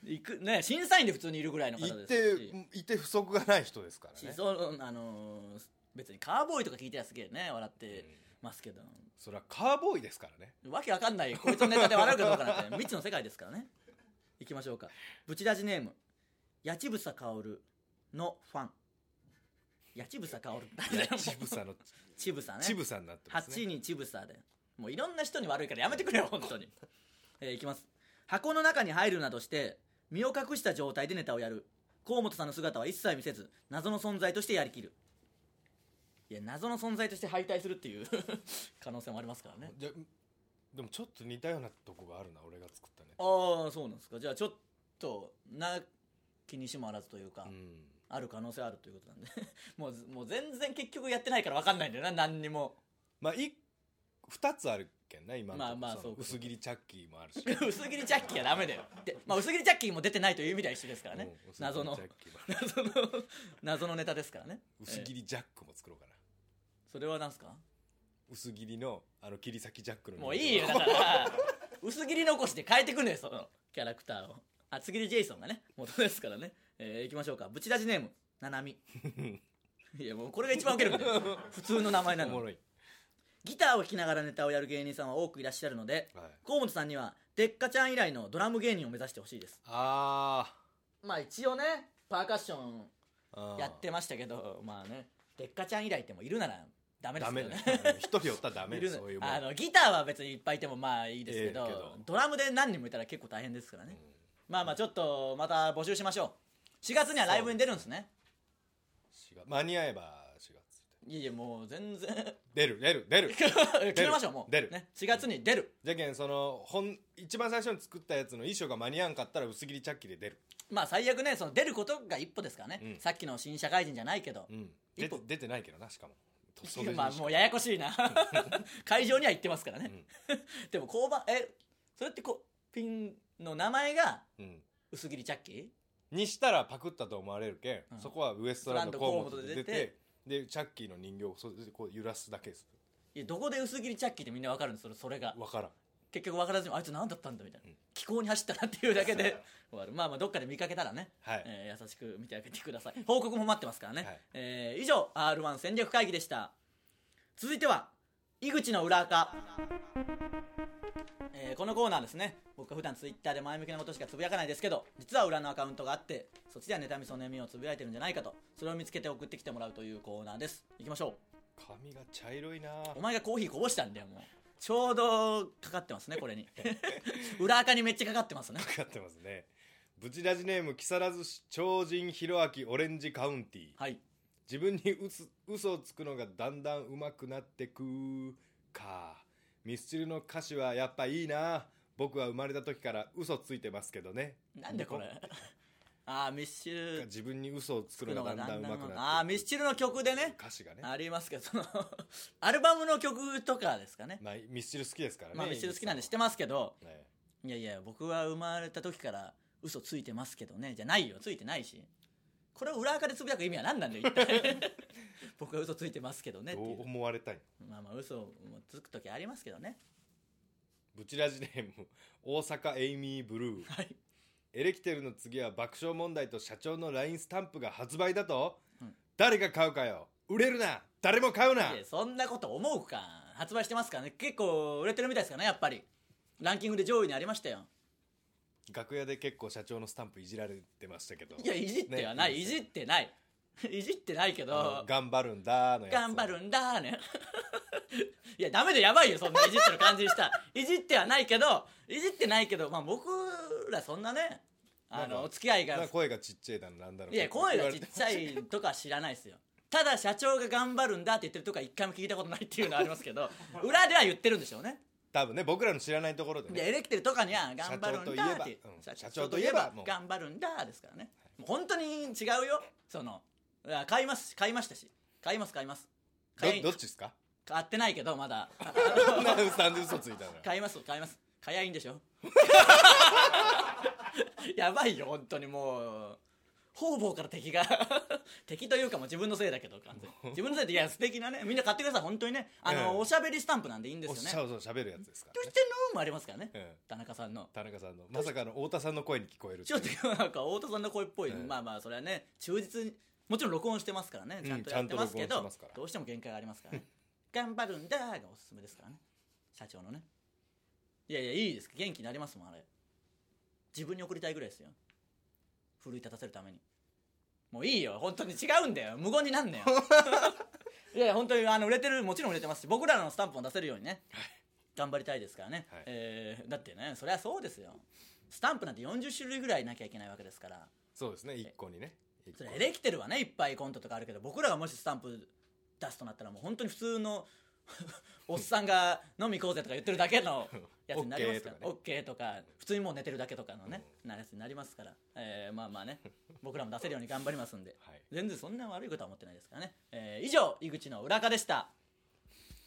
[SPEAKER 1] ういく、ね、審査員で普通にいるぐらいの方で
[SPEAKER 2] い
[SPEAKER 1] すして
[SPEAKER 2] いて不足がない人ですからね
[SPEAKER 1] しそうあのー別にカーボーイとか聞いてらすげえね笑ってますけど、
[SPEAKER 2] それはカーボーイですか らね
[SPEAKER 1] わけわかんないこいつのネタで笑うかどうかなんて 未知の世界ですからねいきましょうかブチラジネーム八千草薫のファン八千草薫誰だよ
[SPEAKER 2] ちぶさの
[SPEAKER 1] 千草ね
[SPEAKER 2] ちぶさになってます
[SPEAKER 1] 8
[SPEAKER 2] ね
[SPEAKER 1] にちぶさでもういろんな人に悪いからやめて くれよ本当に、えーいきます箱の中に入るなどして身を隠した状態でネタをやる河本さんの姿は一切見せず謎の存在としてやりきるいや謎の存在として敗退するっていう 可能性もありますからね
[SPEAKER 2] じゃでもちょっと似たようなとこがあるな俺が作ったね
[SPEAKER 1] ああそうなんですかじゃあちょっとな気にしもあらずというか、
[SPEAKER 2] うん
[SPEAKER 1] ある可能性あるということなんで もうずもう全然結局やってないから分かんないんだよな何にも
[SPEAKER 2] まあい2つあるけんな今のとこ
[SPEAKER 1] まあまあ
[SPEAKER 2] その
[SPEAKER 1] そうか
[SPEAKER 2] 薄切りチャッキーもあるし
[SPEAKER 1] 薄切りジャッキーはダメだよで、まあ、薄切りジャッキーも出てないという意味では一緒ですからね
[SPEAKER 2] うん薄切りチャッ
[SPEAKER 1] 謎の
[SPEAKER 2] キーも
[SPEAKER 1] 謎の謎のネタですからね
[SPEAKER 2] 薄切
[SPEAKER 1] り、
[SPEAKER 2] りジャックも作ろうかな
[SPEAKER 1] ええそれは何すか
[SPEAKER 2] 薄切りのあの切り裂きジャックの
[SPEAKER 1] もういいよだから薄切り残しで変えてくねえそのキャラクターを厚切りジェイソンがね元ですからね、えー、いきましょうかブチラジネームなな みいやもうこれが一番ウケるんだよ普通の名 前な
[SPEAKER 2] おも
[SPEAKER 1] の
[SPEAKER 2] ろい、
[SPEAKER 1] ギターを弾きながらネタをやる芸人さんは多くいらっしゃるので
[SPEAKER 2] はい、
[SPEAKER 1] 河本さんにはでっかちゃん以来のドラム芸人を目指してほしいです
[SPEAKER 2] あ
[SPEAKER 1] まあ一応ねパーカッション
[SPEAKER 2] ーあー
[SPEAKER 1] やってましたけどまあねでっかちゃん以来ってもういるならダメです
[SPEAKER 2] ダ
[SPEAKER 1] よね
[SPEAKER 2] メだよ一人おったらダメ
[SPEAKER 1] いる
[SPEAKER 2] だよ
[SPEAKER 1] の
[SPEAKER 2] そういうもん
[SPEAKER 1] あのギターは別にいっぱいいてもまあいいですけど,、
[SPEAKER 2] ええけど
[SPEAKER 1] ドラムで何人もいたら結構大変ですからね、まあまあちょっとまた募集しましょう4月にはライブに出るんですね
[SPEAKER 2] 4月間に合えば4月
[SPEAKER 1] いやいやもう全然
[SPEAKER 2] 出る出る出る
[SPEAKER 1] 決めましょうもう
[SPEAKER 2] 出る
[SPEAKER 1] ね、4月に出る、
[SPEAKER 2] じゃけんその本一番最初に作ったやつの衣装が間に合わんかったら薄切りチャッキーで出る、
[SPEAKER 1] まあ最悪ねその出ることが一歩ですからね、
[SPEAKER 2] うん
[SPEAKER 1] さっきの新社会人じゃないけど、
[SPEAKER 2] うん、
[SPEAKER 1] 一
[SPEAKER 2] 出
[SPEAKER 1] 歩
[SPEAKER 2] て出てないけどなしかもと
[SPEAKER 1] い
[SPEAKER 2] 袖
[SPEAKER 1] や
[SPEAKER 2] に
[SPEAKER 1] まあもうややこしい な会場には行ってますからね、 でも交番えそれってこピンの名前が
[SPEAKER 2] うん
[SPEAKER 1] 薄切りチャッキー
[SPEAKER 2] にしたらパクったと思われるけん、
[SPEAKER 1] うん
[SPEAKER 2] そこはウエストランド河本で出
[SPEAKER 1] ウエストランド河
[SPEAKER 2] てでチャッキーの人形を袖でこう揺らすだけです
[SPEAKER 1] いやどこで薄切りチャッキーってみんなわかるんですそれそれが
[SPEAKER 2] わからん
[SPEAKER 1] 結局分からずにあいつ何だったんだみたいな、
[SPEAKER 2] うん
[SPEAKER 1] 気候に走ったなっていうだけ で終わるまあまあどっかで見かけたらね、
[SPEAKER 2] はい、
[SPEAKER 1] えー優しく見てあげてください報告も待ってますからね、
[SPEAKER 2] はい
[SPEAKER 1] えー以上 r 1戦略会議でした続いては井口の裏垢えーこのコーナーですね僕は普段ツイッターで前向きなことしかつぶやかないですけど実は裏のアカウントがあってそっちでは妬みそねみをつぶやいてるんじゃないかとそれを見つけて送ってきてもらうというコーナーですいきましょう
[SPEAKER 2] 髪が茶色いなぁ
[SPEAKER 1] お前がコーヒーこぼしたんだよもうちょうどかかってますねこれに 裏垢にめっちゃかかってますね
[SPEAKER 2] かかってますねブチラジネーム木更津市超人ひろあきオレンジカウンティー
[SPEAKER 1] はい
[SPEAKER 2] 自分にうつ嘘をつくのがだんだん上手くなってくかミスチルの歌詞はやっぱいいな僕は生まれた時から嘘ついてますけどね
[SPEAKER 1] なんでこれ ああミッシュル
[SPEAKER 2] 自分に嘘をつくのがだんだん上手くなってく
[SPEAKER 1] ああーミッシュルの曲でね
[SPEAKER 2] 歌詞がね、
[SPEAKER 1] ありますけどその アルバムの曲とかですかね
[SPEAKER 2] まあ、ミスチル好きですからね、
[SPEAKER 1] まあミッシュル好きなんで知ってますけど
[SPEAKER 2] す、ね
[SPEAKER 1] いやいや僕は生まれた時から嘘ついてますけどねじゃないよついてないしこれを裏垢でつぶやく意味は何なんだよ一 体僕は嘘ついてますけどねって
[SPEAKER 2] ど
[SPEAKER 1] いう
[SPEAKER 2] う思われたい
[SPEAKER 1] まあまあ嘘もつく時ありますけどね
[SPEAKER 2] ブチラジネーム大阪エイミーブルー
[SPEAKER 1] はい
[SPEAKER 2] エレキテルの次は爆笑問題と社長の LINE スタンプが発売だと、
[SPEAKER 1] うん
[SPEAKER 2] 誰が買うかよ売れるな誰も買うない
[SPEAKER 1] やそんなこと思うか発売してますからね結構売れてるみたいですからねやっぱりランキングで上位にありましたよ
[SPEAKER 2] 楽屋で結構社長のスタンプいじられてましたけど
[SPEAKER 1] いやいじってはない、
[SPEAKER 2] ね
[SPEAKER 1] いじってない いじってないけ
[SPEAKER 2] あの
[SPEAKER 1] ど
[SPEAKER 2] 頑張るんだのやつ
[SPEAKER 1] 頑張るんだーね いやダメでやばいよそんないじってる感じにしたらいじってはないけどいじってないけどまあ僕らそんなねあ
[SPEAKER 2] なん
[SPEAKER 1] の
[SPEAKER 2] か
[SPEAKER 1] お付き合い
[SPEAKER 2] なん
[SPEAKER 1] が
[SPEAKER 2] か声がちっちゃいだのなんだろう
[SPEAKER 1] い
[SPEAKER 2] い
[SPEAKER 1] や声がちっちゃいとかは知らないですよただ社長が頑張るんだって言ってるとか一回も聞いたことないっていうのはありますけど裏では言ってるんでしょうね
[SPEAKER 2] 多分ね僕らの知らないところでね
[SPEAKER 1] でエレキテルとかには頑張るんだっ
[SPEAKER 2] 社長と
[SPEAKER 1] て
[SPEAKER 2] いえばうん
[SPEAKER 1] 社
[SPEAKER 2] 社
[SPEAKER 1] 長
[SPEAKER 2] 長
[SPEAKER 1] と
[SPEAKER 2] と
[SPEAKER 1] い
[SPEAKER 2] い
[SPEAKER 1] え
[SPEAKER 2] えば
[SPEAKER 1] ば
[SPEAKER 2] もう
[SPEAKER 1] 頑張るんだですからねもう本当に違うよそのいや買います買いましたし買います買います買い
[SPEAKER 2] どどっちですか
[SPEAKER 1] 買ってないけどまだ あ
[SPEAKER 2] そんななんで嘘ついたの
[SPEAKER 1] 買います買います 買いゃいいんでしょやばいよ本当にもう方々から敵が 敵というかもう自分のせいだけど完全に自分のせいでいや素敵なねみんな買ってください本当にねあの、
[SPEAKER 2] ええ
[SPEAKER 1] おしゃべりスタンプなんでいいんです
[SPEAKER 2] おっ
[SPEAKER 1] よね
[SPEAKER 2] しゃそう喋るやつですか
[SPEAKER 1] どう
[SPEAKER 2] ら、
[SPEAKER 1] し
[SPEAKER 2] ね
[SPEAKER 1] てんのもありますからね、
[SPEAKER 2] ええ
[SPEAKER 1] 田中さんの
[SPEAKER 2] 田中さんのまさかの太田さんの声に聞こえる
[SPEAKER 1] ちょっと今なんか太田さんの声っぽい、
[SPEAKER 2] ええ
[SPEAKER 1] まあまあそれはね忠実にもちろん録音してますからね
[SPEAKER 2] うん
[SPEAKER 1] ちゃんとやってますけ
[SPEAKER 2] ちゃ
[SPEAKER 1] ど、
[SPEAKER 2] んと録音してますから
[SPEAKER 1] どうしても限界がありますからね頑張るんだがおすすめですからね社長のねいやいやいいです元気になりますもんあれ自分に送りたいぐらいですよ奮い立たせるためにもういいよ本当に違うんだよ無言になんね よいやいや本当にあの売れてるもちろん売れてますし僕らのスタンプも出せるようにね、頑張りたいですからね、
[SPEAKER 2] はい
[SPEAKER 1] えーだってねそりゃそうですよスタンプなんて40種類ぐらいなきゃいけないわけですから
[SPEAKER 2] そうですね一個にね一
[SPEAKER 1] そ
[SPEAKER 2] 個
[SPEAKER 1] れエレキテルはねいっぱいコントとかあるけど僕らがもしスタンプ出すとなったらもう本当に普通 のおっさんが飲み行こうぜとか言ってるだけのやつになりますから
[SPEAKER 2] オ
[SPEAKER 1] オッケーとか,、普通にもう寝てるだけとかのね、なやつになりますから、えーまあまあね僕らも出せるように頑張りますんで
[SPEAKER 2] はい
[SPEAKER 1] 全然そんな悪いことは思ってないですからね、えー以上井口の裏垢でした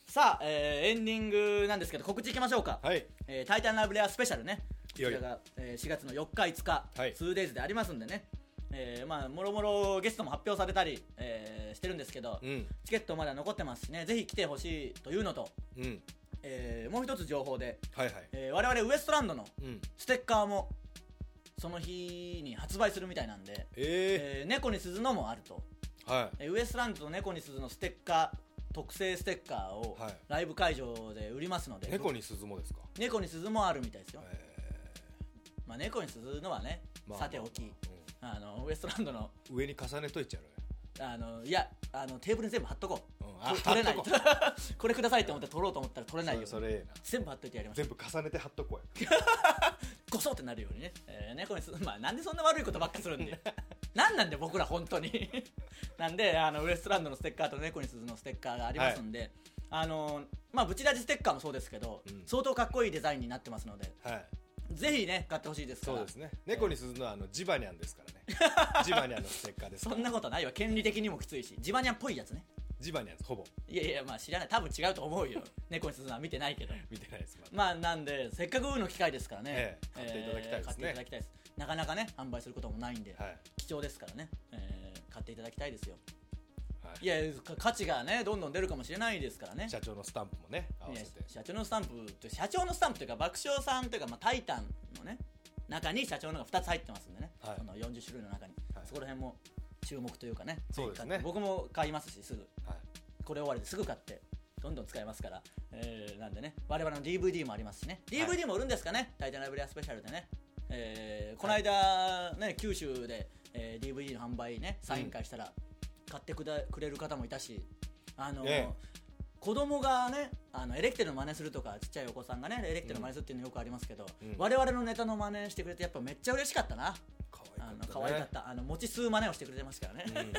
[SPEAKER 1] さあ、えーエンディングなんですけど告知いきましょうか、
[SPEAKER 2] はい
[SPEAKER 1] えータイタンライブレアスペシャルねこ
[SPEAKER 2] い
[SPEAKER 1] ち
[SPEAKER 2] よい
[SPEAKER 1] ら
[SPEAKER 2] よ
[SPEAKER 1] が、えー4月の4日5日、
[SPEAKER 2] はい
[SPEAKER 1] 2days でありますんでね、えーまあもろもろゲストも発表されたり、えーしてるんですけど、
[SPEAKER 2] うん
[SPEAKER 1] チケットまだ残ってますしねぜひ来てほしいというのと、
[SPEAKER 2] うん
[SPEAKER 1] えーもう一つ情報で、
[SPEAKER 2] はいはい
[SPEAKER 1] えー我々ウエストランドの
[SPEAKER 2] うん
[SPEAKER 1] ステッカーもその日に発売するみたいなんで、
[SPEAKER 2] え
[SPEAKER 1] えー猫に鈴のもあると
[SPEAKER 2] えはい
[SPEAKER 1] えーウエストランドと猫に鈴のステッカー特製ステッカーを
[SPEAKER 2] はい
[SPEAKER 1] ライブ会場で売りますので、
[SPEAKER 2] 猫に鈴もですか
[SPEAKER 1] 猫に鈴もあるみたいですよ、
[SPEAKER 2] え
[SPEAKER 1] まあ、猫に鈴のはね、
[SPEAKER 2] えまあ
[SPEAKER 1] さておき、
[SPEAKER 2] まあま
[SPEAKER 1] あのウエストランドの
[SPEAKER 2] あうん上に重ねといちゃうよ
[SPEAKER 1] あのいやあのテーブルに全部貼っとこう、
[SPEAKER 2] うん
[SPEAKER 1] これ取れない
[SPEAKER 2] 貼っ
[SPEAKER 1] これくださいって思って取ろうと思ったら取れないように
[SPEAKER 2] それそれええな
[SPEAKER 1] 全部貼っといてやりましょう
[SPEAKER 2] 全部重ねて貼っとこうよ
[SPEAKER 1] ごそうってなるようにね、えー、猫に鈴まあなんでそんな悪いことばっかするんで なんなんで僕ら本当に なんであのウエストランドのステッカーと猫に鈴のステッカーがありますんで、あのまあブチラジステッカーもそうですけど、
[SPEAKER 2] うん
[SPEAKER 1] 相当かっこいいデザインになってますので
[SPEAKER 2] はい
[SPEAKER 1] ぜひね買ってほしいですか
[SPEAKER 2] そ
[SPEAKER 1] ら
[SPEAKER 2] うですね猫に鈴のはあのジバニャンですか らねジバニャンのステッカーですか
[SPEAKER 1] そ
[SPEAKER 2] ら
[SPEAKER 1] んなことないわ権利的にもきついしジバニャンっぽいやつね
[SPEAKER 2] ジバニャンですほぼ
[SPEAKER 1] いやいやまあ知らない多分違うと思 うよ猫に鈴のは見てないけど
[SPEAKER 2] 見てないですまだ
[SPEAKER 1] まあなんでせっかくの機会ですからね
[SPEAKER 2] え、え買っていただきたいですね
[SPEAKER 1] 買っていただきたいですなかなかね販売することもないんで、
[SPEAKER 2] はい
[SPEAKER 1] 貴重ですからね、えー買っていただきたいですよ
[SPEAKER 2] はい
[SPEAKER 1] いやか価値がねどんどん出るかもしれないですからね
[SPEAKER 2] 社長のスタンプもね合わ
[SPEAKER 1] いや
[SPEAKER 2] せて
[SPEAKER 1] 社長のスタンプと社長のスタンプというか爆笑さんというか、まあ、タイタンのね中に社長のが2つ入ってますんでね、
[SPEAKER 2] はい
[SPEAKER 1] その40種類の中に、
[SPEAKER 2] はい
[SPEAKER 1] そこら辺も注目というかね
[SPEAKER 2] そうです
[SPEAKER 1] ぜひ
[SPEAKER 2] ね
[SPEAKER 1] 買って僕も買いますしすぐ
[SPEAKER 2] はい
[SPEAKER 1] これ終わりですぐ買ってどんどん使えますから、えーなんでね我々の DVD もありますしね
[SPEAKER 2] はい
[SPEAKER 1] DVD も売るんですかね「タイタンライブレアスペシャル」でね、えーこの間、ね、九州で、えー DVD の販売ねサイン会したら買ってくだくれる方もいたしあの、
[SPEAKER 2] ええ
[SPEAKER 1] 子供がねあのエレキテルの真似するとかちっちゃいお子さんがねエレキテルの真似するっていうのよくありますけど、
[SPEAKER 2] うん
[SPEAKER 1] 我々のネタの真似してくれてやっぱめっちゃ嬉しかったな
[SPEAKER 2] 可愛
[SPEAKER 1] あ
[SPEAKER 2] かっ
[SPEAKER 1] の
[SPEAKER 2] た
[SPEAKER 1] 可愛かったあの持ち数真似をしてくれてますからね、
[SPEAKER 2] うん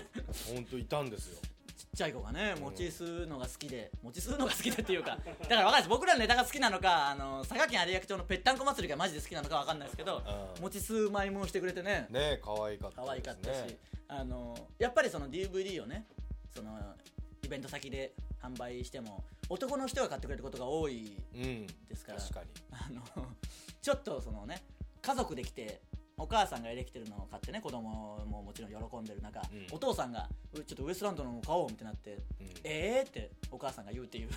[SPEAKER 2] 本当いたんですよ
[SPEAKER 1] ちっちゃい子がね餅吸うのが好きで餅吸うのが好きでっていうか だから分かんないです僕らのネタが好きなのかあの佐賀県有明町のぺったんこ祭りがマジで好きなのか分かんないですけど
[SPEAKER 2] うん
[SPEAKER 1] 餅吸う舞もしてくれてね
[SPEAKER 2] ね可愛かった
[SPEAKER 1] 可愛かったし、
[SPEAKER 2] ですね
[SPEAKER 1] あのやっぱりその DVD をねそのイベント先で販売しても男の人が買ってくれることが多い
[SPEAKER 2] うん
[SPEAKER 1] ですから
[SPEAKER 2] 確かに
[SPEAKER 1] あの ちょっとそのね家族で来てお母さんがエレキテルのを買ってね子供ももちろん喜んでる中、
[SPEAKER 2] ん
[SPEAKER 1] お父さんがうちょっとウエストランドのを買おうってなって、
[SPEAKER 2] うん
[SPEAKER 1] えーってお母さんが言うって いう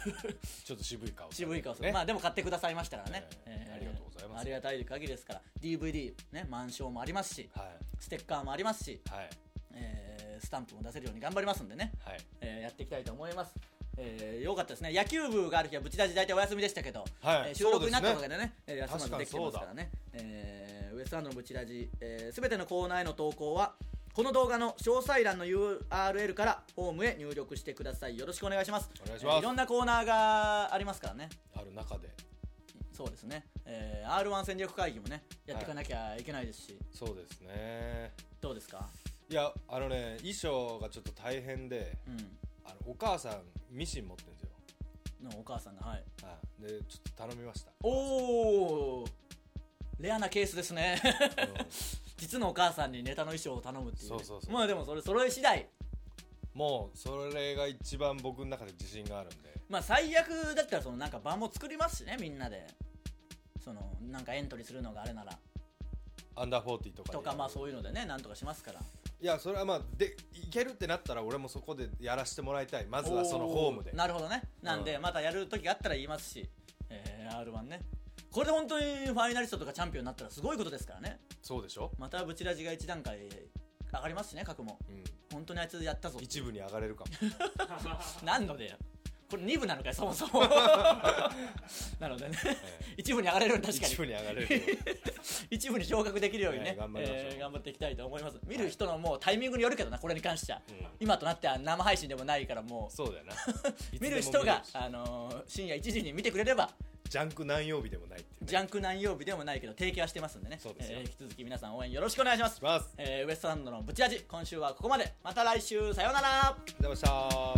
[SPEAKER 2] ちょっと渋い顔
[SPEAKER 1] 渋い顔する、
[SPEAKER 2] ね
[SPEAKER 1] まあでも買ってくださいましたからね、
[SPEAKER 2] ええありがとうございます
[SPEAKER 1] ありがたい限りですから DVD ね満賞もありますし
[SPEAKER 2] はい
[SPEAKER 1] ステッカーもありますし、
[SPEAKER 2] はい
[SPEAKER 1] えースタンプも出せるように頑張りますんでね、
[SPEAKER 2] はい
[SPEAKER 1] えーやっていきたいと思います、えーよかったですね野球部がある日はぶち出し大体お休みでしたけど、
[SPEAKER 2] はい
[SPEAKER 1] えー収録
[SPEAKER 2] そうですね
[SPEAKER 1] になったおかげでねえー休
[SPEAKER 2] 確
[SPEAKER 1] まず
[SPEAKER 2] か
[SPEAKER 1] で
[SPEAKER 2] に
[SPEAKER 1] きてますからね、えーウエストランドのブチラジすべ、えー全てのコーナーへの投稿はこの動画の詳細欄の URL からホームへ入力してくださいよろしくお願いします
[SPEAKER 2] お願いします
[SPEAKER 1] えーいろんなコーナーがありますからね
[SPEAKER 2] ある中で
[SPEAKER 1] そうですね、えー、R1 戦略会議もねやっていかなきゃいけないですし、
[SPEAKER 2] そうですね
[SPEAKER 1] どうですか
[SPEAKER 2] いやあのね衣装がちょっと大変で
[SPEAKER 1] うん
[SPEAKER 2] あのお母さんミシン持ってるんですよ
[SPEAKER 1] のお母さんがはい
[SPEAKER 2] はいでちょっと頼みました
[SPEAKER 1] おおレアなケースですね
[SPEAKER 2] うん
[SPEAKER 1] 実のお母さんにネタの衣装を頼むっていう,、ね、
[SPEAKER 2] そうそうそう
[SPEAKER 1] まあでもそれ揃え次第
[SPEAKER 2] もうそれが一番僕の中で自信があるんで
[SPEAKER 1] まあ最悪だったらそのなんか場も作りますしねみんなでそのなんかエントリーするのがあれなら
[SPEAKER 2] アンダーフォーティーとか
[SPEAKER 1] とかまあそう
[SPEAKER 2] いう
[SPEAKER 1] いうのでねなんとかしますから
[SPEAKER 2] いやそれはまあでいけるってなったら俺もそこでやらせてもらいたいまずはその
[SPEAKER 1] お
[SPEAKER 2] ホームで
[SPEAKER 1] なるほどねなんで、
[SPEAKER 2] う
[SPEAKER 1] またやる時があったら言いますし、えー、r 1ねこれで本当にファイナリストとかチャンピオンになったらすごいことですからね
[SPEAKER 2] そうでしょ、
[SPEAKER 1] またブチラジが一段階上がりますしね格も
[SPEAKER 2] うん、
[SPEAKER 1] 本当にあいつやったぞ
[SPEAKER 2] 一部に上がれるかも
[SPEAKER 1] なんのでよこれ2部なのかよそも そも なのでね一部に上がれるの 確かに
[SPEAKER 2] 一部に上がれる
[SPEAKER 1] 一部に昇格できるようにね、
[SPEAKER 2] ね頑張りましょう
[SPEAKER 1] えー頑張っていきたいと思います見る人のもうタイミングによるけどなこれに関しては、
[SPEAKER 2] うん
[SPEAKER 1] 今となっては生配信でもないからも
[SPEAKER 2] そうだよな
[SPEAKER 1] う 見る人が
[SPEAKER 2] いつでも見れるし
[SPEAKER 1] あのー深夜1時に見てくれれば
[SPEAKER 2] ジャンク何曜日でもないってね
[SPEAKER 1] ジャンク何曜日でもないけど提供はしてますんでね
[SPEAKER 2] そうですよ
[SPEAKER 1] えー引き続き皆さん応援よろしくお願いします
[SPEAKER 2] します
[SPEAKER 1] えーウエストランドのブチラジ今週はここまでまた来週さようなら
[SPEAKER 2] ありがとうございました